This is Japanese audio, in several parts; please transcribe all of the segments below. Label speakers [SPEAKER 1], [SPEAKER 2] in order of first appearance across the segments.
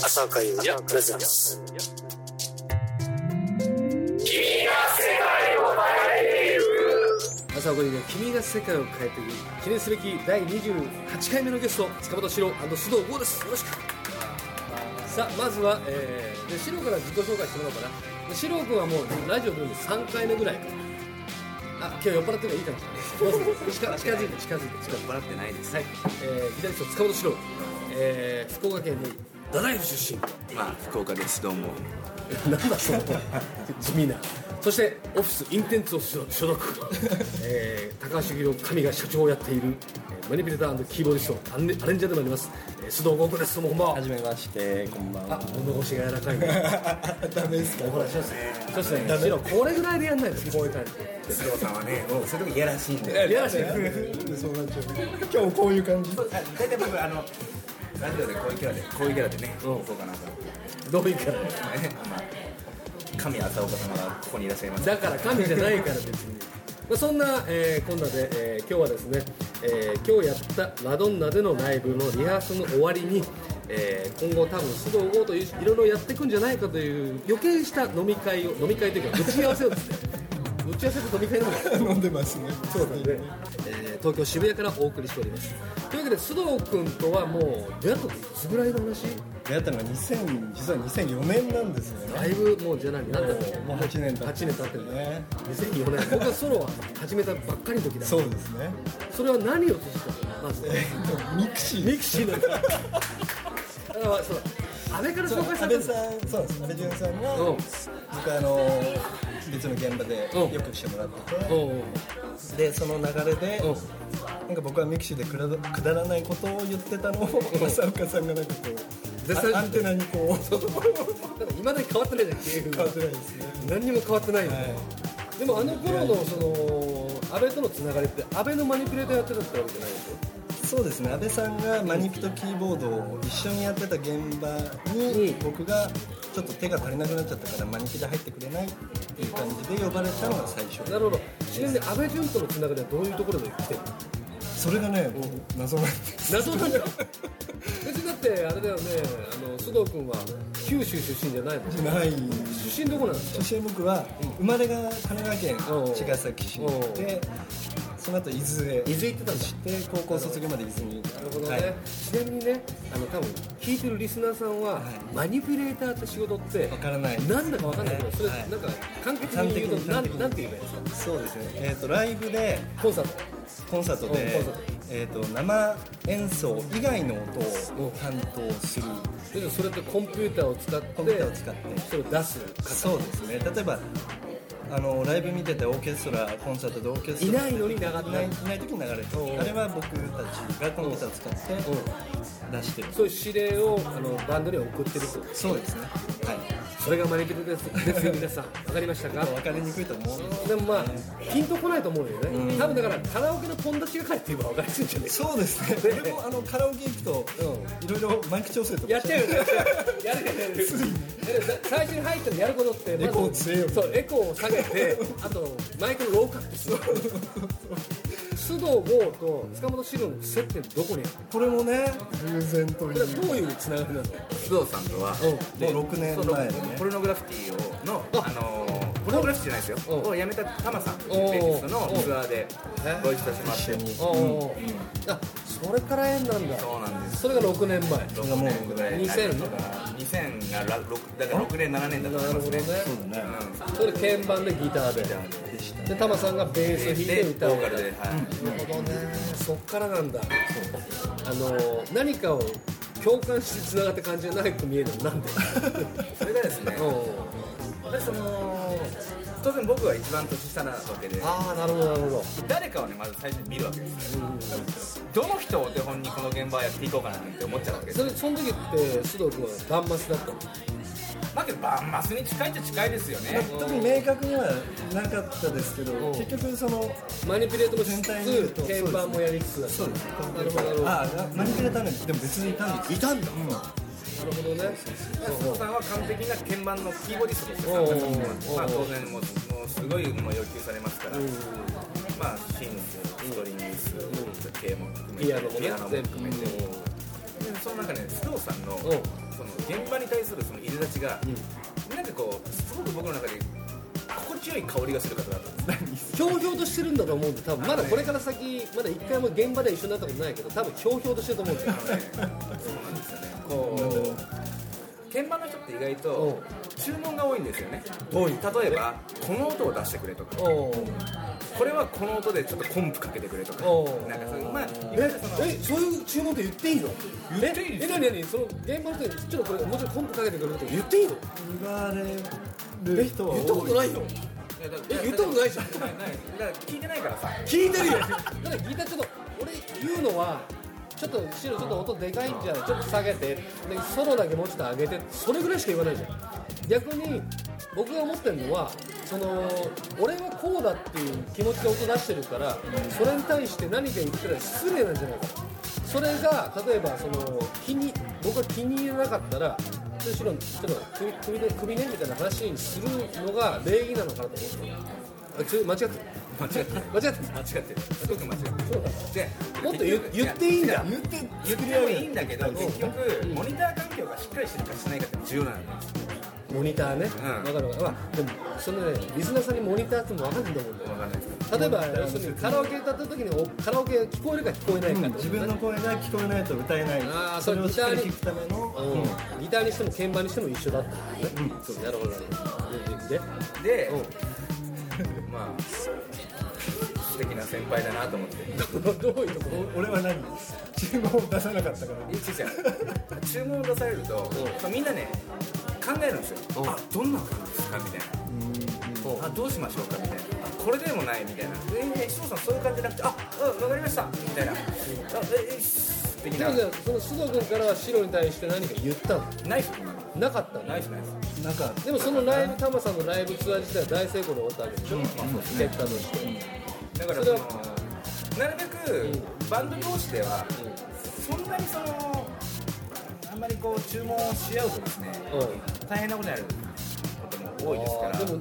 [SPEAKER 1] 朝会をプレゼンス
[SPEAKER 2] 朝岡りが君が世界を変えている記念すべき第28回目のゲスト塚本史郎須藤剛ですよろしくさあまずは、えー、で史郎から自己紹介してもらおうかなで史郎君はもうラジオ来るの3回目ぐらいかあ今日酔っ払ってるからいいかもしれないどうぞ近近づいて近づいて近づいて
[SPEAKER 3] 払ってないです。
[SPEAKER 2] はい、えー、左手塚本史郎、えー、福岡県の太宰府出身
[SPEAKER 3] まあ、福岡です。どうも。
[SPEAKER 2] なんだその地味なそしてオフィスインテンツオフィスの所属、えー、高橋由紀の神が社長をやっているえーマニピュレーターキーボーディストアンネアレンジャーでもあります、えー、須藤豪君ですどうもこんばんは
[SPEAKER 4] はじめまして、こんばん
[SPEAKER 2] あ
[SPEAKER 4] は。
[SPEAKER 2] 物腰が柔らかいね
[SPEAKER 4] ダメですか
[SPEAKER 2] ほらそうですねそうですね白これぐらいでやんないですこういうタイプ
[SPEAKER 3] 須藤さんはね、もうそれでもいやらしいんで。
[SPEAKER 2] いやらしい
[SPEAKER 4] そうなっちゃう。今日こういう感じ。
[SPEAKER 3] あ大体僕、あの、ラジオでこういうキャラで、こういうキャラでね、
[SPEAKER 2] うん
[SPEAKER 3] そうかなと思って。
[SPEAKER 2] どういうからね
[SPEAKER 3] まあ、神朝岡様がここにいらっしゃいます。
[SPEAKER 2] だから神じゃないから別に、まあ、そんな、えー、今度で、えー今日はですね、えー今日やったラドンナでのライブのリハーサルの終わりに、えー今後多分須藤剛といういろいろやっていくんじゃないかという予見した飲み会を飲み会というか打ち合わせをですね打ち合わせと飲み会なのか
[SPEAKER 4] 飲んでますね。そうだ
[SPEAKER 2] で、えー東京渋谷からお送りしておりますというわけで須藤君とはもう出会ったのいつぐらいの話
[SPEAKER 4] 出会ったのは2000、実は2004年なんですね。
[SPEAKER 2] だいぶもうじゃないなんだろ
[SPEAKER 4] もう8年経って
[SPEAKER 2] 8年経ってるね
[SPEAKER 4] ね。
[SPEAKER 2] 2004年僕はソロは始めたばっかりの時だ
[SPEAKER 4] そうですね。
[SPEAKER 2] それは何を通じたのまず
[SPEAKER 4] ミクシー。
[SPEAKER 2] ミクシーのあそうだ安倍から紹介さ
[SPEAKER 4] 安
[SPEAKER 2] れ
[SPEAKER 4] 倍
[SPEAKER 2] た
[SPEAKER 4] さ
[SPEAKER 2] の
[SPEAKER 4] ん、そうなんです。安倍淳さんが、
[SPEAKER 2] うん
[SPEAKER 4] 僕あの、別の現場で
[SPEAKER 2] うん
[SPEAKER 4] よくしてもらって
[SPEAKER 2] おうおう
[SPEAKER 4] て、で、その流れで、
[SPEAKER 2] おう
[SPEAKER 4] なんか僕はミクシーでくだくだらないことを言ってたのを、浅岡さんがなんかこ
[SPEAKER 2] 絶対
[SPEAKER 4] う、あアンテナにこう、
[SPEAKER 2] だからいまだに変わってないじゃん芸風
[SPEAKER 4] 変
[SPEAKER 2] が
[SPEAKER 4] わってないですね。
[SPEAKER 2] 何にも変わってないよね、
[SPEAKER 4] はい
[SPEAKER 2] でもあの頃のその安倍とのつながりって安倍のマニピュレーターやってたってわけじゃないでし
[SPEAKER 4] そうですね安倍さんがマニピとキーボードを一緒にやってた現場に
[SPEAKER 2] うん
[SPEAKER 4] 僕がちょっと手が足りなくなっちゃったからマニピで入ってくれないっていう感じで呼ばれたのが最
[SPEAKER 2] ょ
[SPEAKER 4] 初
[SPEAKER 2] なるほどちなみに安倍淳とのつながりはどういうところで来てるの
[SPEAKER 4] それがね謎なんです
[SPEAKER 2] 謎なんだよ別にだってあれだよねあの須藤君は九州出身じゃないもんね
[SPEAKER 4] ない
[SPEAKER 2] 出身どこなんです
[SPEAKER 4] そ
[SPEAKER 2] か
[SPEAKER 4] して僕は生まれが神奈川
[SPEAKER 2] うん
[SPEAKER 4] 県茅ヶ崎市でその後伊豆へ
[SPEAKER 2] 伊豆行ってたんだ
[SPEAKER 4] して高校卒業まで伊豆に
[SPEAKER 2] なるほどね、
[SPEAKER 4] はい
[SPEAKER 2] ちなみにねあの多分聞いてるリスナーさんは、
[SPEAKER 4] はい
[SPEAKER 2] マニピュレーターって仕事って
[SPEAKER 4] わからない
[SPEAKER 2] なんだかわかんないけど、それ、
[SPEAKER 4] はい
[SPEAKER 2] なんか簡潔に言うと
[SPEAKER 4] 端的に
[SPEAKER 2] なん
[SPEAKER 4] 端的に
[SPEAKER 2] なんて言えばいいんですか
[SPEAKER 4] そうですねえっとライブで
[SPEAKER 2] コンサー
[SPEAKER 4] コンサート
[SPEAKER 2] うん
[SPEAKER 4] で、
[SPEAKER 2] コンサー
[SPEAKER 4] えー、と生演奏以外の音を担当する
[SPEAKER 2] トでそれってコンピューターを使って
[SPEAKER 4] コンピューターを使って
[SPEAKER 2] それを出す
[SPEAKER 4] そうですね例えばあのライブ見ててオーケストラコンサートでオーケストラ
[SPEAKER 2] いないのに流れ
[SPEAKER 4] いないいない時に流れて
[SPEAKER 2] うん
[SPEAKER 4] あれは僕たちがコンピューターを使
[SPEAKER 2] う
[SPEAKER 4] っ
[SPEAKER 2] ん
[SPEAKER 4] て出してる
[SPEAKER 2] そういう指令をあのバンドには送ってると
[SPEAKER 4] そうですねは
[SPEAKER 2] それがマニピュレーターですですよ皆さん分かりましたか
[SPEAKER 4] い分かりにくいと思うんです
[SPEAKER 2] でもまあピンとこないと思うよね、多分だからカラオケの友達が帰って言えば分かりやすいんじゃないか
[SPEAKER 4] そうですね俺もあのカラオケ行くといろいろマイク調整とか
[SPEAKER 2] やっちゃうよねやるやるやる最初に入ったらやることってまず
[SPEAKER 4] エコー強いよね
[SPEAKER 2] そうエコーを下げてあとマイクのローカットする須藤剛と塚本史郎の接点どこにある
[SPEAKER 4] これもね偶然とい
[SPEAKER 2] これ
[SPEAKER 4] う
[SPEAKER 2] はどういうつながりなの
[SPEAKER 3] 須藤さんとは、
[SPEAKER 4] もう6年
[SPEAKER 3] その
[SPEAKER 4] 前でね
[SPEAKER 3] ポルノグラフィティをの、あのーポルノグラフィティじゃないですよ、
[SPEAKER 2] うん
[SPEAKER 3] をやめたタマさんというベーシストのツアーで
[SPEAKER 2] うん
[SPEAKER 3] ご一緒してもらっ
[SPEAKER 4] 一緒
[SPEAKER 3] て、
[SPEAKER 4] に
[SPEAKER 2] おーあそれから縁なんだ
[SPEAKER 3] そうなんです。
[SPEAKER 2] それが6年前
[SPEAKER 3] 6年ぐらい
[SPEAKER 2] 2000
[SPEAKER 3] とか2000がらろくだから6年7年だと思いますね
[SPEAKER 2] なるほど
[SPEAKER 4] ね
[SPEAKER 3] う
[SPEAKER 2] それ鍵盤でギターで
[SPEAKER 4] でした
[SPEAKER 2] でタマさんがベース
[SPEAKER 3] ん、
[SPEAKER 2] 弾い
[SPEAKER 3] で
[SPEAKER 2] て
[SPEAKER 3] ボ
[SPEAKER 2] 歌を
[SPEAKER 3] ーカ
[SPEAKER 2] や
[SPEAKER 3] ルで、
[SPEAKER 2] る
[SPEAKER 3] はい
[SPEAKER 2] なるほどねそっからなんだあのー何かを共感してつながった感じじゃないく見えるの なんで
[SPEAKER 3] それがですね、
[SPEAKER 2] うん
[SPEAKER 3] でその当然僕は一番年下なわけで
[SPEAKER 2] ああなるほどなるほど
[SPEAKER 3] 誰かをねまず最初に見るわけですよどの人をお手本にこの現場をやっていこうかなって思っちゃうわけです
[SPEAKER 2] それその時って須藤君はダンマスだったの
[SPEAKER 3] まあけどバンマスに近いっちゃ近いですよね
[SPEAKER 4] 特に明確にはなかったですけど
[SPEAKER 2] うん
[SPEAKER 4] 結局その
[SPEAKER 2] マニピュレートもし
[SPEAKER 4] 全体に言う
[SPEAKER 2] つ
[SPEAKER 4] と
[SPEAKER 2] つ鍵盤もやりつつだ
[SPEAKER 4] そうですね
[SPEAKER 2] なるほどなるほどな
[SPEAKER 4] ああマニピュレーターなんてでも別にいたんですいたんだ、うん、
[SPEAKER 2] るほどね
[SPEAKER 3] 須藤さんは完璧な鍵盤のキーボーディストです
[SPEAKER 2] おう
[SPEAKER 3] よ
[SPEAKER 2] おうおう
[SPEAKER 3] まあ当然もうもうすごいもう要求されますから、
[SPEAKER 2] うん
[SPEAKER 3] まあシングスストリングス、系も含めて
[SPEAKER 2] ピアノもね
[SPEAKER 3] ピアノも含めて、
[SPEAKER 2] 全部
[SPEAKER 3] でその中で須藤さんの
[SPEAKER 2] うん
[SPEAKER 3] その現場に対するその苛立ちがなんかこうすごく僕の中で心地よい香りがする方だったんです
[SPEAKER 2] ひょうひょうとしてるんだと思うんで多分まだこれから先まだ一回も現場では一緒になったことないけど多分ひょうひょうとしてると思うんですよ
[SPEAKER 3] あのねそうなんですよねこう鍵盤の人って意外と注文が多いんですよね
[SPEAKER 2] 多い
[SPEAKER 3] 例えばこの音を出してくれとか
[SPEAKER 2] おう
[SPEAKER 3] これはこの音でちょっとコンプかけてくれとか
[SPEAKER 2] おう
[SPEAKER 3] なんかそのまあ
[SPEAKER 2] え
[SPEAKER 3] いわゆるその
[SPEAKER 2] えそういう注文って言っていいの
[SPEAKER 3] 言っていいです
[SPEAKER 2] えなになにその現場の人にちょっとこれもうちょっとコンプかけてくれるって言っていいの
[SPEAKER 4] 言われる人は
[SPEAKER 2] 言ったこ
[SPEAKER 4] 多
[SPEAKER 2] と
[SPEAKER 4] い
[SPEAKER 2] ないよ
[SPEAKER 3] いやだ
[SPEAKER 2] え言ったことないじゃん
[SPEAKER 3] だからだから聞いてないからさ
[SPEAKER 2] 聞いてるよだからギターちょっと俺言うのはちょっとシロちょっと音でかいんじゃないちょっと下げてでソロだけもうちょっと上げてそれぐらいしか言わないじゃん逆に僕が思ってるのはその俺はこうだっていう気持ちで音出してるからそれに対して何か言ったら失礼なんじゃないかとそれが例えばその気に僕が気に入らなかったらむしろ例えば首首で首ねみたいな話にするのが礼儀なのかなと思ってあちょ間違ってる
[SPEAKER 3] 間違ってない
[SPEAKER 2] 間違ってる
[SPEAKER 3] 間違ってるすごく間違ってる
[SPEAKER 2] そうだ
[SPEAKER 3] で
[SPEAKER 2] もっと言言っていいんだ
[SPEAKER 4] 言って
[SPEAKER 3] 言ってもいいんだけど結局モニター環境がしっかりしてるかしてないかって重要なんだよ
[SPEAKER 2] モニターね、
[SPEAKER 3] うん
[SPEAKER 2] 分かる分かる、まあ、でもそのねリスナーさんにモニターっても分かるんだもんだよ
[SPEAKER 3] 分かんないですけど
[SPEAKER 2] 例えば要するにカラオケ歌った時におカラオケが聞こえるか聞こえないかってことね、
[SPEAKER 4] 自分の声が聞こえないと歌えない
[SPEAKER 2] あーそ
[SPEAKER 4] そ
[SPEAKER 2] れ
[SPEAKER 4] れをしっかり聞くための
[SPEAKER 2] うんギターにしても鍵盤にしても一緒だったんだよね、そうなるほどねでで
[SPEAKER 3] で
[SPEAKER 2] うん
[SPEAKER 3] まあ素敵な先輩だなと思って
[SPEAKER 2] どういうところ
[SPEAKER 4] お俺は何注文を出さなかったから
[SPEAKER 3] いやちいちゃん注文を出されると、まあみんなね考えるんですよ、
[SPEAKER 2] うん
[SPEAKER 3] あどんなのですかみたいな、あどうしましょうかみたいなあこれでもないみたいな「ええ翔さんそういう感じじゃなくてあうん分かりました」みたいな「あええ素敵
[SPEAKER 2] だ
[SPEAKER 3] な
[SPEAKER 2] けどその須藤君からはシロに対して何か言ったの
[SPEAKER 3] ナイス
[SPEAKER 2] なかったの
[SPEAKER 3] ナイスナイス
[SPEAKER 4] なんか
[SPEAKER 2] でもそのライブタマさんのライブツアー自体は大成功で終わったわけでしょ、結果として、
[SPEAKER 3] だから
[SPEAKER 2] そ
[SPEAKER 3] そ
[SPEAKER 2] れ
[SPEAKER 3] の
[SPEAKER 2] は
[SPEAKER 3] なるべくバンド同士ではそんなにそのあんまりこう注文をし合うとですね
[SPEAKER 2] うんうん
[SPEAKER 3] 大変なことになることも多いですから
[SPEAKER 2] あーでもでも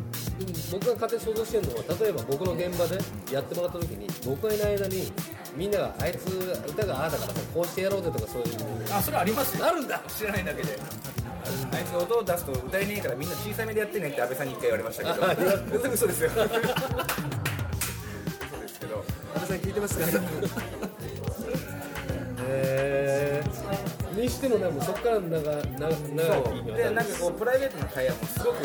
[SPEAKER 2] 僕が勝手に想像してるのは例えば僕の現場でやってもらった時に僕がいない間にみんながあいつ歌がああだからこうしてやろうぜとかそういう
[SPEAKER 3] あそれありますよ
[SPEAKER 2] あるんだ
[SPEAKER 3] 知らないだけであいつ音を出すと歌えねえからみんな小さめでやってねって安倍さんに一回言われました
[SPEAKER 2] あ
[SPEAKER 3] けど全部嘘ですよ嘘ですけど
[SPEAKER 2] 安部さん聞いてますかえー、にしてもでもそこから長長長き
[SPEAKER 3] そうでなんかこうプライベートの会話もすごく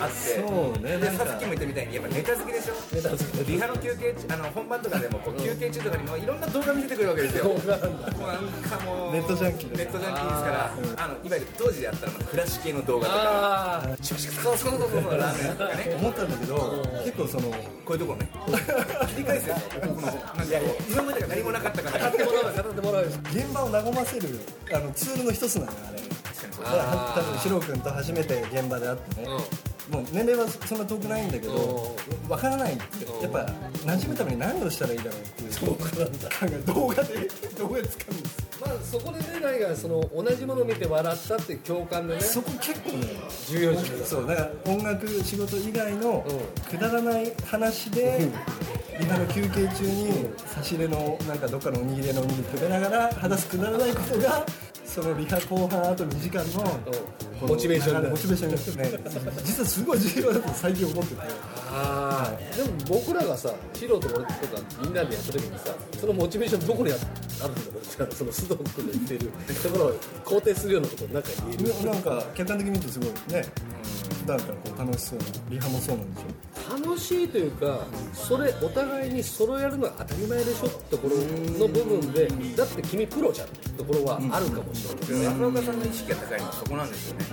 [SPEAKER 3] あって
[SPEAKER 4] そうね
[SPEAKER 3] で
[SPEAKER 4] なん
[SPEAKER 3] さ
[SPEAKER 4] か
[SPEAKER 3] っきも言ったみたいにやっぱネタ好きでしょ
[SPEAKER 2] ネタ好き
[SPEAKER 3] リハの休憩中あの本番とかでもこう休憩中とかにもいろんな動画見せてくるわけですよ
[SPEAKER 2] 動画なんだ
[SPEAKER 3] もうなんかもう
[SPEAKER 4] ネットジャンキー
[SPEAKER 3] ネットジャンキーですからあのいわゆる当時であったら暮らし系の動画とか
[SPEAKER 2] ああ
[SPEAKER 3] そうそうそうそうそうラーメン屋とかね
[SPEAKER 4] 思ったんだけど結構その
[SPEAKER 3] こういうところね 切り返すよこのなんかこう今までが何もなかったから
[SPEAKER 2] 語ってもらう語ってもらう
[SPEAKER 4] 現場を和ませるあのツールの一つなのよあれだから
[SPEAKER 2] あー
[SPEAKER 4] 多分シロ君と初めて現場で会ってね、もう年齢はそんな遠くないんだけど分からないってやっぱ馴染むために何をしたらいいだろうっていうそうなんだ動画で動画で掴むんですよ
[SPEAKER 2] まあそこでね何がその同じものを見て笑ったっていう共感でね
[SPEAKER 4] そこ結構ね
[SPEAKER 2] 重要重要
[SPEAKER 4] そうだから音楽仕事以外のくだらない話で今の休憩中に差し入れのなんかどっかのおにぎりのおにぎり食べながら話すくだらないことがそのリハ後半あと2時間の
[SPEAKER 2] うん
[SPEAKER 4] この
[SPEAKER 2] モチベーションだ
[SPEAKER 4] モチベーションですね実はすごい重要だと最近思ってて
[SPEAKER 2] ああでも僕らがさ素人と俺とかみんなでやった時にさそのモチベーションどこにああるんだろうじゃあその須藤君の言ってるところを肯定するようなことをなんか言える
[SPEAKER 4] なんか客観的に見るとすごいね普段からこう楽しそうなリハもそうなんでしょ
[SPEAKER 2] 楽しいというかそれお互いにそれをやるのは当たり前でしょってところの部分でだって君プロじゃんってところはあるかもしれない、
[SPEAKER 3] 山岡さんの意識が高いのはそこなんですよね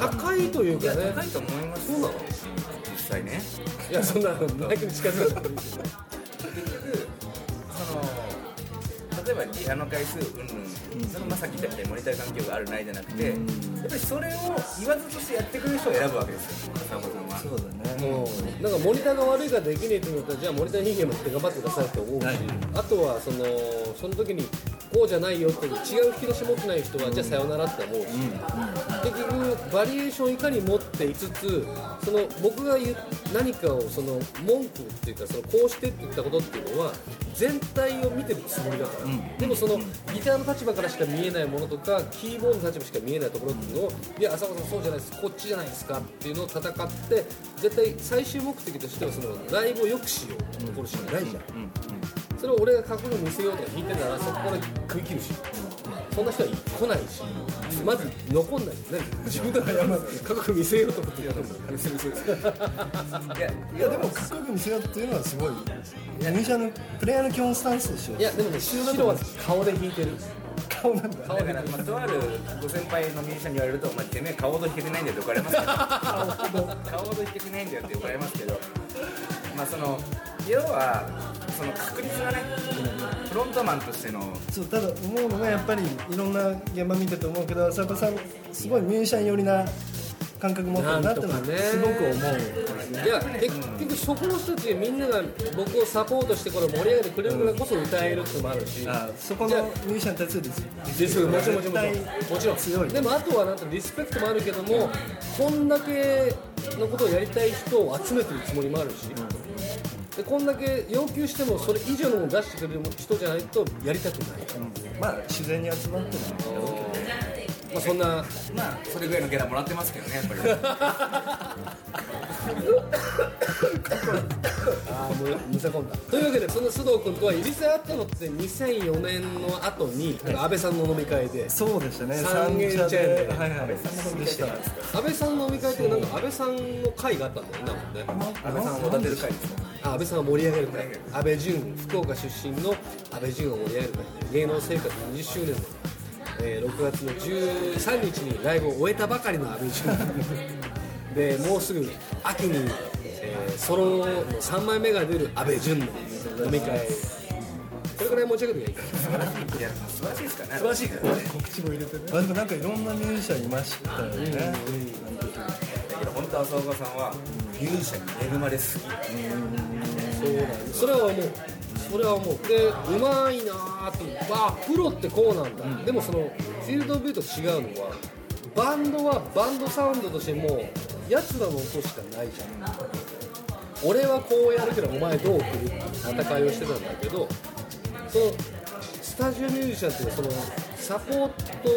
[SPEAKER 2] 高いという
[SPEAKER 3] い
[SPEAKER 2] か
[SPEAKER 3] や
[SPEAKER 2] ね
[SPEAKER 3] 高いと思いますよ実際ね
[SPEAKER 2] いやそんなマイクに近づかない
[SPEAKER 3] その例えばリハの回数うんうんそのまさっき言ったみたいにモニター環境があるないじゃなくてやっぱりそれを言わずとしてやってくれる人を選ぶわけですよ山岡さんは
[SPEAKER 4] そうだね
[SPEAKER 2] うんなんかモニターが悪いからできねえって言うのだったらじゃあモニター人間も頑張ってくださいって思うし、
[SPEAKER 4] はい
[SPEAKER 2] あとはそのその時にこうじゃないよっていう違う引き出し持ってない人は、じゃあさよならって思うし、結局バリエーションいかに持っていつつその僕が言う何かをその文句っていうかそのこうしてって言ったことっていうのは全体を見てるつもりだから、でもそのギターの立場からしか見えないものとかキーボードの立場しか見えないところっていうのをいや浅川さんそうじゃないですこっちじゃないですかっていうのを戦って絶対最終目的としてはそのライブを良くしようってところしかないじゃんそれを俺がかっこよく見せようとか弾いてたらそこから食い切るし、そんな人は来ないし、まず残んないですね自分だからかっこよく見せようと思ってやるんだ見せるせる
[SPEAKER 3] いや
[SPEAKER 4] いやでもかっこよく見せようっていうのはすごいミュージシャンのプレイヤーの基本スタンスとしてはい
[SPEAKER 2] やでもね白は顔で弾いてる
[SPEAKER 4] 顔なんだ
[SPEAKER 2] 顔
[SPEAKER 3] だから、まあ、とあるご先輩のミュージシャンに言われると、お前、てめえ、顔ほど弾けてないんだよって怒られますけど、顔ほど弾けてないんだよって怒られますけど、まあ、その、要は、その確率がね、フロントマンとしての、
[SPEAKER 4] そうただ思うのがやっぱりいろんな現場見てて思うけど浅岡さんすごいミュージシャン寄りな感覚持ってるなっての
[SPEAKER 2] なんとかね
[SPEAKER 4] はすごく思う
[SPEAKER 2] いや結局そこの人たちみんなが僕をサポートしてこれ盛り上げてくれるからこそ歌えるってのもあるし、
[SPEAKER 4] あそこの
[SPEAKER 2] じゃあ
[SPEAKER 4] ミュージシャンに対するです
[SPEAKER 2] ですよもちろんもちろんもちろんもちろん
[SPEAKER 4] 強い
[SPEAKER 2] でもあとはなんかリスペクトもあるけどもこんだけのことをやりたい人を集めてるつもりもあるし、でこんだけ要求してもそれ以上のものを出してくれる人じゃないとやりたくない、
[SPEAKER 4] まあ自然に集まってる
[SPEAKER 2] まあ、そんな
[SPEAKER 3] まあ、それぐらいのギャラもらってますけどね、やっぱり。い
[SPEAKER 2] ああもうむさこんだというわけでその須藤君とは入り際あったのって2004年の後に安倍さんの飲み会で
[SPEAKER 4] そうでしたね
[SPEAKER 2] 三軒茶屋
[SPEAKER 4] 三茶
[SPEAKER 2] で
[SPEAKER 4] はいはいでした
[SPEAKER 2] 安倍さんの飲み会ってなんか安倍さんの会があったんだよねなんかね
[SPEAKER 3] 安倍さんをおだてる会ですね。
[SPEAKER 2] あ安倍さんが盛り上げる会安倍淳福岡出身の安倍淳を盛り上げる会芸能生活20周年の、えー6月の13日にライブを終えたばかりの安倍淳でもうすぐ秋に、えーソロの3枚目が出る安倍淳の飲み会これくらい持ち上げていいか
[SPEAKER 3] いや、素晴らしいですからね。
[SPEAKER 2] 素晴らしいからね
[SPEAKER 4] 告知も入れてねあでもなんかいろんなミュージシャンいましたよね
[SPEAKER 3] だけど、本当、浅岡さんは、ミュージシャンに恵まれすぎ。
[SPEAKER 2] そうだよそれは思うそれは思うでうまいなーってわあプロってこうなんだ、でもそのフィールド・オブ・ビューと違うのはバンドはバンドサウンドとしてもうやつらの音しかないじゃん俺はこうやるけどお前どう来るっていう戦いをしてたんだけどそのスタジオミュージシャンっていうかそのサポー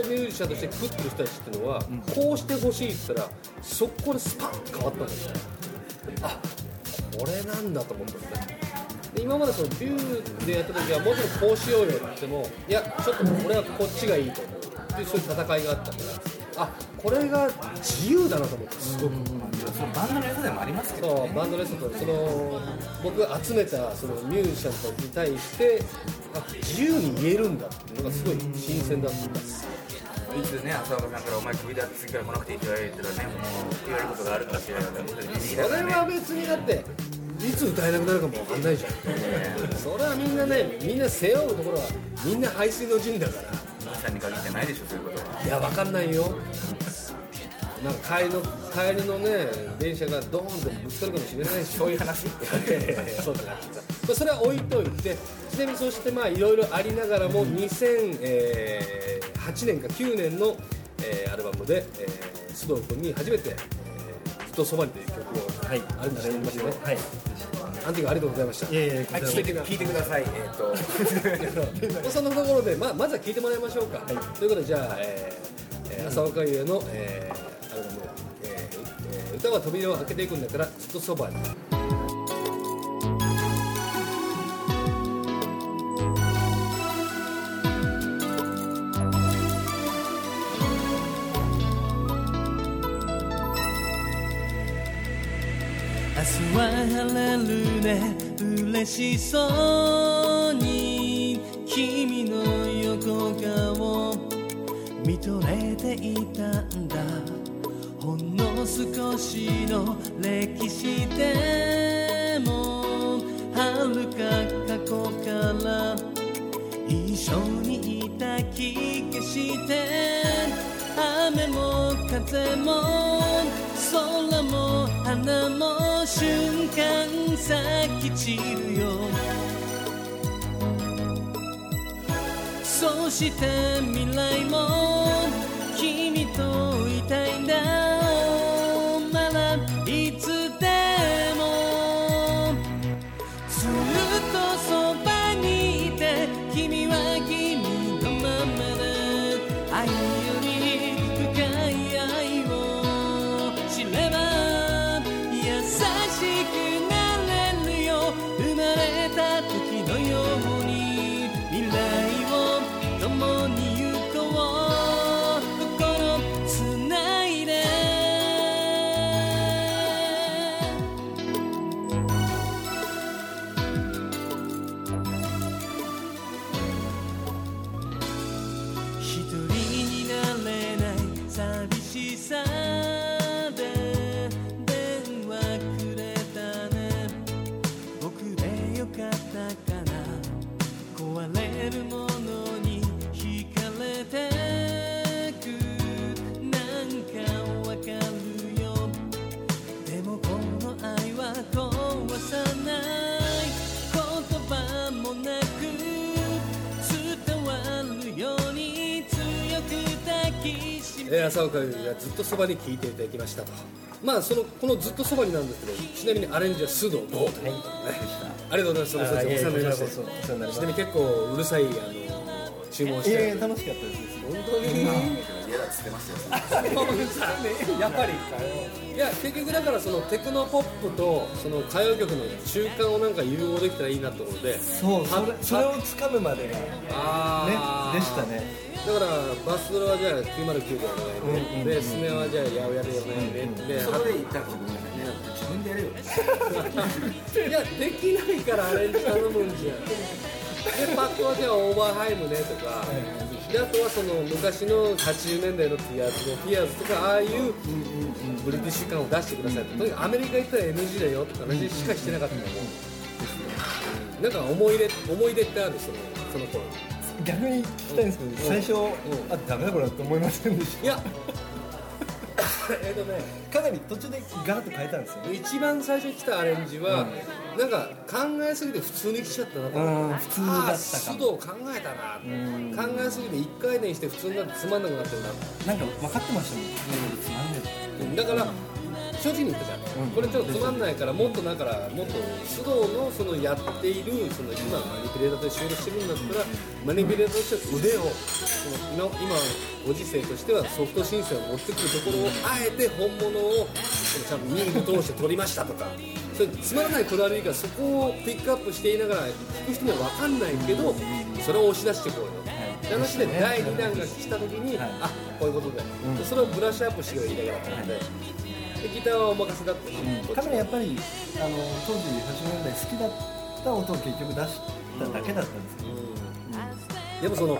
[SPEAKER 2] トミュージシャンとして食ってる人たちっていうのは、こうしてほしいって言ったら速攻でスパッと変わったんですよあこれなんだと思ったんですねで今までそのビューでやった時はもちろんこうしようよって言ってもいやちょっとこれはこっちがいいと思うっていうそういう戦いがあったからあこれが自由だなと思ってすごく。
[SPEAKER 3] そのバンドの良さでもありますけど、
[SPEAKER 2] そうバンドレッスンとその僕が集めたそのミュージシャンたちに対してあ自由に言えるんだっていうのがすごい新鮮だったんです
[SPEAKER 3] いつね、浅岡さんから、お前、首だって次から来なくていいって言われたらね、もう、言われることがあるかもしれないから、本当にビビり
[SPEAKER 2] そ
[SPEAKER 3] な
[SPEAKER 2] れ
[SPEAKER 3] がらね
[SPEAKER 2] は別にだっていつ歌えなくなるかもわかんないじゃんそれはみんなねみんな背負うところはみんな背水の陣だか
[SPEAKER 3] 皆さんに限ってないでしょ、そういうことは。
[SPEAKER 2] らいやわかんないよなんか帰りの帰りのね電車がドーンとぶつかるかもしれないし
[SPEAKER 3] そういう話
[SPEAKER 2] そうだなまあそれは置いといてちなみにそしてまあいろいろありながらも2008年か9年の、えーアルバムで、えー須藤君に初めて「えーずっとそばに」という曲を
[SPEAKER 4] はい
[SPEAKER 2] アレンジしてみましたね、
[SPEAKER 4] はい
[SPEAKER 2] あの時はありがとうございました
[SPEAKER 4] いやいやこ
[SPEAKER 3] はい、
[SPEAKER 4] ちら
[SPEAKER 3] 聞いて聞いてください。えっ、と、
[SPEAKER 2] そんなところで、まあ、まずは聴いてもらいましょうか、ということでじゃあ、えーえー浅岡優の、えーアルバム、えーえー歌は扉を開けていくんだからずっとそばに」
[SPEAKER 5] 明日は晴れるね嬉しそうに君の横顔見とれていたんだほんの少しの歴史でも遥か過去から一緒にいた気がして雨も風も空も花も瞬間咲き散るよ空そして未来も君といたいんだならいつでもずっとそばにいて君は君のままだ愛より深い愛を知れば優しくなれるよ生まれた時のように未来を共に行こう心つないで一人になれない寂しさで電話くれたね僕でよかったかな壊れるものに惹かれてくなんかわかるよでもこの愛は壊さない言葉もなく伝わるように強く抱きしめ
[SPEAKER 2] えー浅岡由美がずっとそばに聴いていただきましたとまあそのこのずっとそばになんですけどちなみにアレンジは須藤剛と、ね、ありがとうございますその
[SPEAKER 4] あーいえいえ
[SPEAKER 2] お世話になりました
[SPEAKER 4] こちらこそお世話になりまし
[SPEAKER 2] ち
[SPEAKER 4] た
[SPEAKER 2] なみに結構うるさいあの注文をして
[SPEAKER 4] いやいや楽しかったです
[SPEAKER 2] 本当に
[SPEAKER 3] 嫌だっつってましたよ
[SPEAKER 2] やっぱりいや結局だからそのテクノポップとその歌謡曲の中間をなんか融合できたらいいなと思って
[SPEAKER 4] そうそれ
[SPEAKER 2] は
[SPEAKER 4] それをつかむまでがね
[SPEAKER 2] あー
[SPEAKER 4] でしたね
[SPEAKER 2] だからバスドラはじゃあ909でやらない
[SPEAKER 4] うんうんうん
[SPEAKER 2] ででスネはじゃあ八百屋でやらないでで
[SPEAKER 3] そこで言ったらごめんなさいね自分でやれよ
[SPEAKER 2] いやできないからアレンジ頼むんじゃんでパッとはじゃあオーバーハイムねとかであとはその昔の80年代のティアーズのティアーズとかああいうブリティッシュ感を出してくださいととにかくアメリカ行ったら NG だよって話しかしてなかったもんなんか思い入れ思い出ってあるそのその頃
[SPEAKER 4] 逆に聞きたいんですけど最初あダメだこれって思いませんでし
[SPEAKER 2] い やえっとね
[SPEAKER 4] たかなり途中でガラッと変えたんですよね
[SPEAKER 2] 一番最初に来たアレンジは、なんか考えすぎて普通に来ちゃったなと
[SPEAKER 4] うん普通
[SPEAKER 2] あ
[SPEAKER 4] だ
[SPEAKER 2] あ
[SPEAKER 4] った
[SPEAKER 2] 須
[SPEAKER 4] か
[SPEAKER 2] 藤
[SPEAKER 4] も
[SPEAKER 2] 考えたな考えすぎて一回転して普通になってつまんなくなってるな
[SPEAKER 4] なんか分かってましたもんつまん
[SPEAKER 2] う
[SPEAKER 4] で
[SPEAKER 2] んだから正直に言ったじゃん、これちょっとつまんないからもっとだからもっと須藤のそのやっているその今マニピュレーターとして仕事してるんだったらマニピュレーターとして腕をそのの今ご時世としてはソフト申請を持ってくるところをあえて本物をそのちゃんとミング通して撮りましたとかそれつまらないこだわりいいからそこをピックアップしていながら聞く人には分かんないけどそれを押し出していこうよ、って話で第2弾が来た時に、
[SPEAKER 4] はい
[SPEAKER 2] あこういうことだよ、でそれをブラッシュアップしよう言いながらったので,、でギターはお任せだったし、こっち
[SPEAKER 4] かなりやっぱりあの当時80年代好きだった音を結局出しただけだったんですけ
[SPEAKER 2] で
[SPEAKER 4] ど
[SPEAKER 2] もその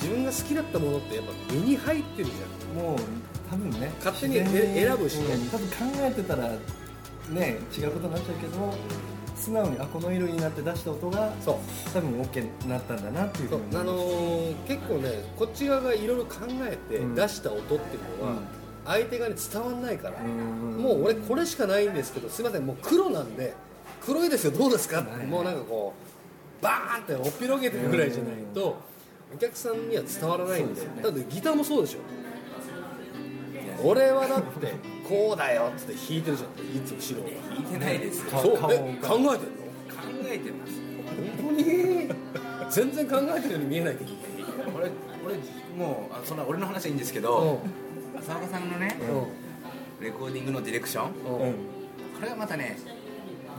[SPEAKER 2] 自分が好きだったものってやっぱ身に入ってるじゃ
[SPEAKER 4] もう多分ね
[SPEAKER 2] 勝手に
[SPEAKER 4] 自然
[SPEAKER 2] え選ぶしね
[SPEAKER 4] うん多分考えてたらね違うことになっちゃうけど素直にあこの色になって出した音が
[SPEAKER 2] んそう
[SPEAKER 4] 多分 OK になったんだなっていうふ
[SPEAKER 2] そうう
[SPEAKER 4] に
[SPEAKER 2] あのー結構ねこっち側がいろいろ考えて
[SPEAKER 4] うん
[SPEAKER 2] 出した音っていうのは、
[SPEAKER 4] うん
[SPEAKER 2] 相手側に伝わんないから、
[SPEAKER 4] ん
[SPEAKER 2] もう俺これしかないんですけどすいませんもう黒なんで黒いですよどうですか、ってもうなんかこうバーンっておっぴろげてるぐらいじゃないと、お客さんには伝わらないんでだってギターもそうでしょ俺はだってこうだよっつって弾いてるじゃんいつも白が
[SPEAKER 3] 聞いてないですよ考
[SPEAKER 2] そう
[SPEAKER 4] 顔
[SPEAKER 2] え
[SPEAKER 4] を
[SPEAKER 2] 考えてるの
[SPEAKER 3] えてます
[SPEAKER 2] 本当 に全然考えてるように見えないけど
[SPEAKER 3] 俺俺もうあそんな俺の話はいいんですけど浅岡さんのねレコーディングのディレクションこ
[SPEAKER 2] うん
[SPEAKER 4] うん
[SPEAKER 3] れがまたね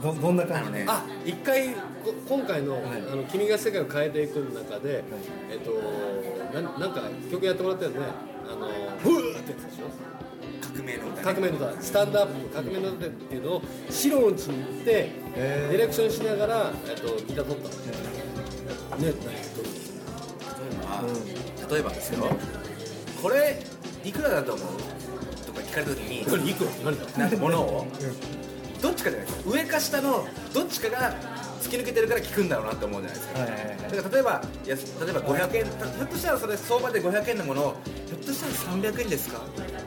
[SPEAKER 4] どどんな
[SPEAKER 3] あ
[SPEAKER 4] 感
[SPEAKER 3] の
[SPEAKER 4] じで
[SPEAKER 3] ね
[SPEAKER 2] あ一回こ今回の,、あの「君が世界を変えていく」の中で、えっとななんか曲やってもらったよねあのブーってやつでしょ
[SPEAKER 3] 革命の歌
[SPEAKER 2] 革
[SPEAKER 3] ね
[SPEAKER 2] 命の歌スタンドアップ革命の歌っていうのをシロの家に行って、
[SPEAKER 4] へー
[SPEAKER 2] ディレクションしながら、えっと、ギター取ったのね
[SPEAKER 3] 例えばですよこれいくらだと思うとか聞かれた時に
[SPEAKER 2] 何いくら何だ
[SPEAKER 3] なんか物をどっちかじゃないですか上か下のどっちかが突き抜けてるから聞くんだろうなって思うじゃないですか
[SPEAKER 4] はいはいはい
[SPEAKER 3] だから例えばいや例えば500円たひょっとしたらそれ相場で500円のものをひょっとしたら300円ですか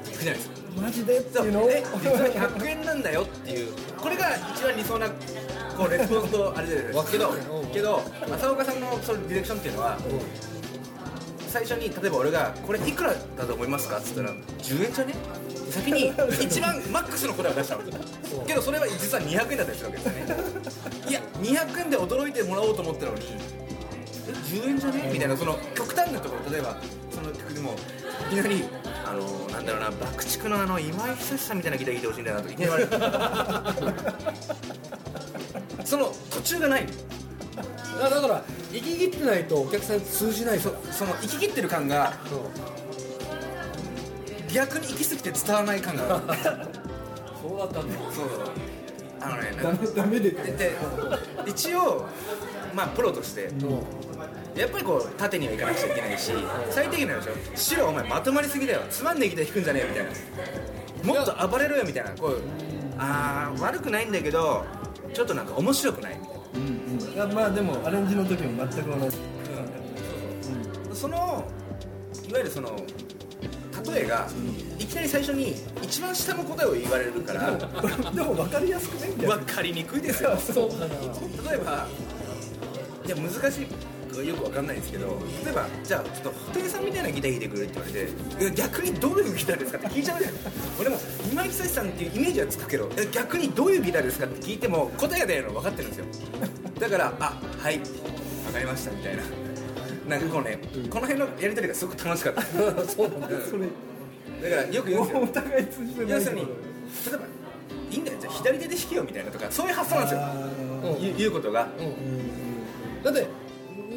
[SPEAKER 3] 聞くじゃないですか
[SPEAKER 4] マジでって
[SPEAKER 3] そ
[SPEAKER 4] いう
[SPEAKER 3] う
[SPEAKER 4] のを
[SPEAKER 3] え実は100円なんだよっていうこれが一番理想なこうレスポンスとあれじゃないですかけど
[SPEAKER 2] わかる
[SPEAKER 3] けど浅岡さんのそのディレクションっていうのは最初に例えば俺が「これいくらだと思いますか?」っつったら「10円じゃね?」先に一番マックスの答えを出したわけだけどそれは実は200円だったりするわけですよねいや200円で驚いてもらおうと思ったのにえ10円じゃねみたいなその極端なところ例えばその曲でもいきなりあのなんだろうな爆竹のあの今井久志さんみたいなギター弾いてほしいんだなといきなり言われるその途中がない
[SPEAKER 2] あだから行き切ってないとお客さん通じない
[SPEAKER 3] そ
[SPEAKER 2] と
[SPEAKER 3] その行き切ってる感が逆に行き過ぎて伝わらない感がある
[SPEAKER 2] そうだったんだ
[SPEAKER 3] そうあのね
[SPEAKER 4] ダメダメで
[SPEAKER 3] でで一応まあプロとしてやっぱりこう縦にはいかなくちゃいけないし最低限なんでしょ白お前まとまりすぎだよつまんでギター弾くんじゃねえよみたいなもっと暴れろよみたいなこうあー悪くないんだけどちょっとなんか面白くないみたい
[SPEAKER 4] いやまあでもアレンジの時も全く同じ
[SPEAKER 3] なそのいわゆるその例えがいきなり最初に一番下の答えを言われるから
[SPEAKER 4] でも分かりやすくねみたいな
[SPEAKER 3] 分かりにくいですよ
[SPEAKER 2] そうかな
[SPEAKER 3] 例えばいや難しいよくわかんないですけど例えばじゃあちょっと布袋さんみたいなギター弾いてくれって言われていや逆にどういうギターですかって聞いちゃうじゃん俺も今井久志さんっていうイメージはつくけどいや逆にどういうギターですかって聞いても答えが出ないの分かってるんですよだからあはい分かりましたみたいななんかこうね、この辺のやり取りがすごく楽しかっただか
[SPEAKER 2] そうなんだ
[SPEAKER 4] それ
[SPEAKER 3] らよく言うん ですよ
[SPEAKER 4] お互い通じてない
[SPEAKER 3] 要
[SPEAKER 4] け
[SPEAKER 3] す
[SPEAKER 4] ど
[SPEAKER 3] るに例えばいいんだよじゃあ左手で弾けよみたいなとかそういう発想なんですよ
[SPEAKER 2] ー
[SPEAKER 3] 言う言うことが
[SPEAKER 2] だって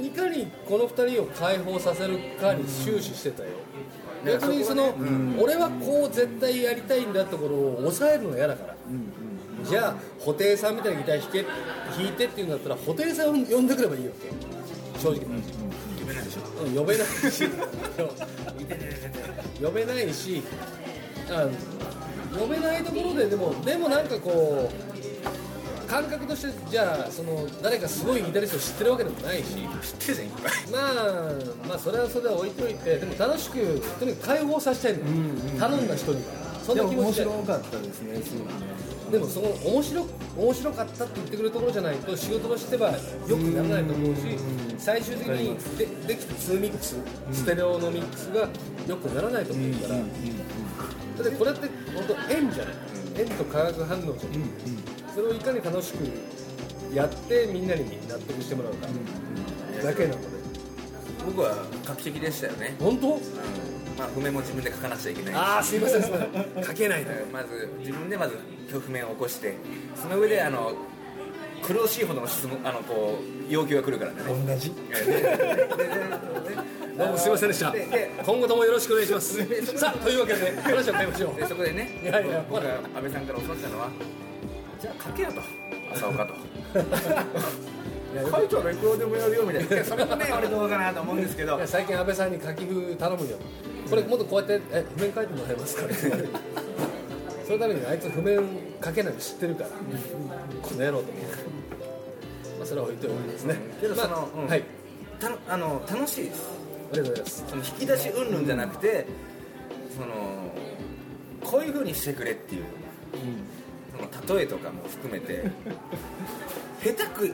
[SPEAKER 2] いかにこの2人を解放させるかに終始してたよ
[SPEAKER 3] うん
[SPEAKER 2] 逆にその
[SPEAKER 3] そこはね
[SPEAKER 2] 俺はこう絶対やりたいんだってことを抑えるのが嫌だからじゃあ布袋さんみたいなギター弾け弾いてっていうんだったら布袋さんを呼んでくればいいわけ正直な話
[SPEAKER 3] 言えないでしょ
[SPEAKER 2] うん呼べないし 呼べないしあの呼べないところででもでもなんかこう感覚としてじゃあその誰かすごいギタリストを知ってるわけでもないし
[SPEAKER 3] 手じゃんいっぱい
[SPEAKER 2] まあまあそれはそれは置いといてでも楽しくとにかく解放させたいんだよ、頼んだ人にそん
[SPEAKER 4] で
[SPEAKER 2] な
[SPEAKER 4] も
[SPEAKER 2] 気持
[SPEAKER 4] 面
[SPEAKER 2] ちで
[SPEAKER 4] 白かったですねすごくね
[SPEAKER 2] でもその面白面白かったって言ってくれるところじゃないと仕事としてはよくならないと思うし最終的にでできた2ミックスステレオのミックスがよくならないと思うからだってこれって本当縁じゃない縁と化学反応じゃないそれをいかに楽しくやってみんなに納得してもらうかだけなので
[SPEAKER 3] 僕は画期的でしたよね、
[SPEAKER 2] 本当
[SPEAKER 3] まあ、譜面も自分で書かなくちゃいけない
[SPEAKER 2] ああすいませんすいません書けないな
[SPEAKER 3] まず自分でまず譜面を起こしてその上であの苦しいほどの質問あのこう要求が来るからね
[SPEAKER 4] 同じ
[SPEAKER 2] どうもすいませんでした
[SPEAKER 3] でで
[SPEAKER 2] 今後ともよろしくお願いしますさあというわけで話を変えましょう
[SPEAKER 3] でそこでね
[SPEAKER 2] いやいや
[SPEAKER 3] 僕が安倍さんから教わったのはじゃあ書けよと朝岡 と書いたらいくらでもやるよみたいないやそれもね俺どうかなと思うんですけど
[SPEAKER 2] いや最近安倍さんに書き譜頼むよこれもっとこうやって「え譜面書いてもらえま すか?」って言われるそのためにあいつ譜面書けないの知ってるからこの野郎と思ってまあそれは置いといてですね
[SPEAKER 3] けどその
[SPEAKER 2] まあ
[SPEAKER 3] うん
[SPEAKER 2] はい
[SPEAKER 3] たあの楽しいです
[SPEAKER 2] ありがとうございます
[SPEAKER 3] その引き出し云々じゃなくて、そのこういう風にしてくれっていう、その例えとかも含めて下手く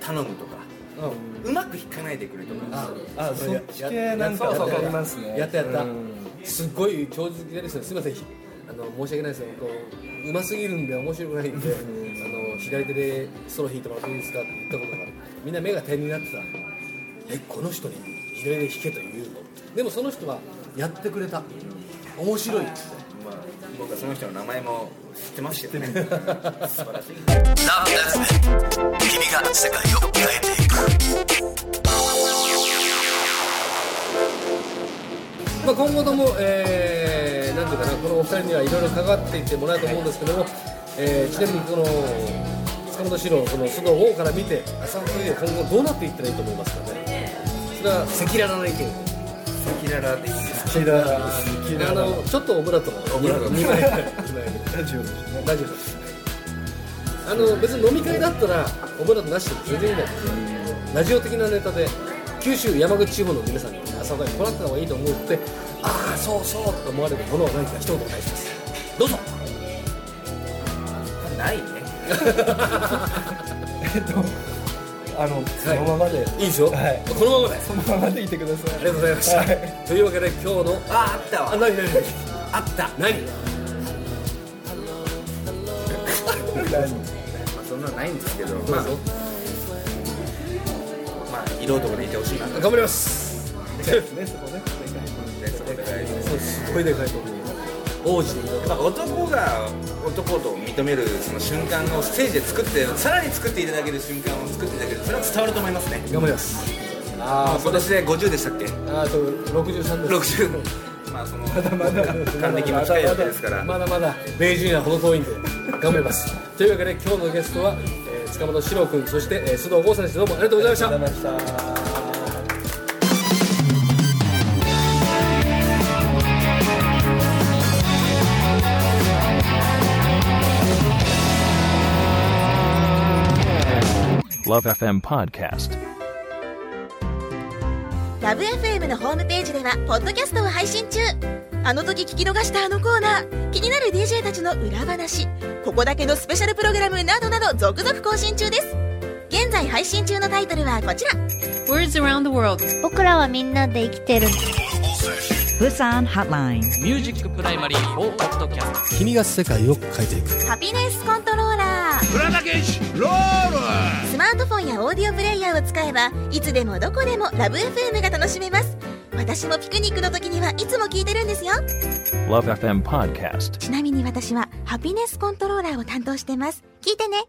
[SPEAKER 3] 頼むとか
[SPEAKER 2] う
[SPEAKER 3] うまく弾かないでくれとか
[SPEAKER 2] あ
[SPEAKER 4] あそっち系なん
[SPEAKER 3] そ
[SPEAKER 4] か
[SPEAKER 3] うそうそう
[SPEAKER 4] ありますね
[SPEAKER 2] やったやった
[SPEAKER 4] うん
[SPEAKER 2] すっごい超絶ギタリストですいませんひあの申し訳ないですけどうますぎるんで面白くないんであの左手でソロ弾いてもらっていいですかって言ったことがあるみんな目が点になってたえこの人に左で弾けと言うのでもその人はやってくれた面白いって
[SPEAKER 3] まあ、僕はその人の名前も知ってましたよね素晴らしい
[SPEAKER 6] ラブ f 君が世界を変えていく
[SPEAKER 2] まあ、今後とも、えーなんていうかなこのお二人にはいろいろ関わっていってもらうと思うんですけども、えーちなみにこの塚本史郎この須藤王から見て浅野ゆうは今後どうなっていったらいいと思いますかねそれは赤裸々な意見
[SPEAKER 3] 赤裸々でいいです
[SPEAKER 4] キラキ
[SPEAKER 2] あ
[SPEAKER 4] ラの
[SPEAKER 2] のちょっとオブラートの
[SPEAKER 3] オブラート
[SPEAKER 2] 2枚ぐらい
[SPEAKER 4] ラジオですね
[SPEAKER 2] 大丈夫ですあの別に飲み会だったらオブラートなしでも全然いいんだけどラジオ的なネタで九州山口地方の皆さんに朝岡に来なった方がいいと思うってああそうそうと思われるものは何か一言お願いしますどうぞ
[SPEAKER 3] かないね
[SPEAKER 4] えっとあのそのままで、
[SPEAKER 2] いいですよ、
[SPEAKER 4] はい
[SPEAKER 2] このままで
[SPEAKER 4] そのままでいてください
[SPEAKER 2] ありがとうございました、
[SPEAKER 4] はい
[SPEAKER 2] というわけで今日のあ
[SPEAKER 3] ああった
[SPEAKER 2] あ
[SPEAKER 3] わ
[SPEAKER 2] 何何何あった何
[SPEAKER 3] まあそんなのないんですけどまあまあ色男でいてほしいなと
[SPEAKER 2] 頑張ります
[SPEAKER 4] ねそこね
[SPEAKER 2] すごいでかいと王子に
[SPEAKER 3] 男が男と認めるその瞬間をステージで作ってさらに作っていただける瞬間を作っていただけるそれは伝わると思いますね
[SPEAKER 2] 頑張ります
[SPEAKER 3] まあ今年で50でしたっけ
[SPEAKER 2] あと63です
[SPEAKER 3] 60まあその
[SPEAKER 4] まだまだ
[SPEAKER 3] 還暦も近いわけですから
[SPEAKER 2] まだまだ名人はほど遠いんで頑張りますというわけで今日のゲストは、えー、塚本史郎君そして、えー、須藤剛さんでしたどうもありがとうございました
[SPEAKER 4] ありがとうございました
[SPEAKER 7] Love FM Podcast.
[SPEAKER 5] ラブ f m のホームページではポッドキャストを配信中あの時聞き逃したあのコーナー気になる DJ たちの裏話ここだけのスペシャルプログラムなどなど続々更新中です現在配信中のタイトルはこちら
[SPEAKER 8] Words around the world.
[SPEAKER 9] 僕らはみんなで生きてる
[SPEAKER 10] Busan Hotline.
[SPEAKER 11] ミュージックプライマリー4ポッドキャスト
[SPEAKER 12] 君が世界を変えていく
[SPEAKER 5] ハピネスコントローラースマートフォンやオーディオプレイヤーを使えばいつでもどこでもラブ f m が楽しめます私もピクニックの時にはいつも聞いてるんですよ
[SPEAKER 7] Love FM Podcast.
[SPEAKER 5] ちなみに私はハピネスコントローラーを担当してます聞いてね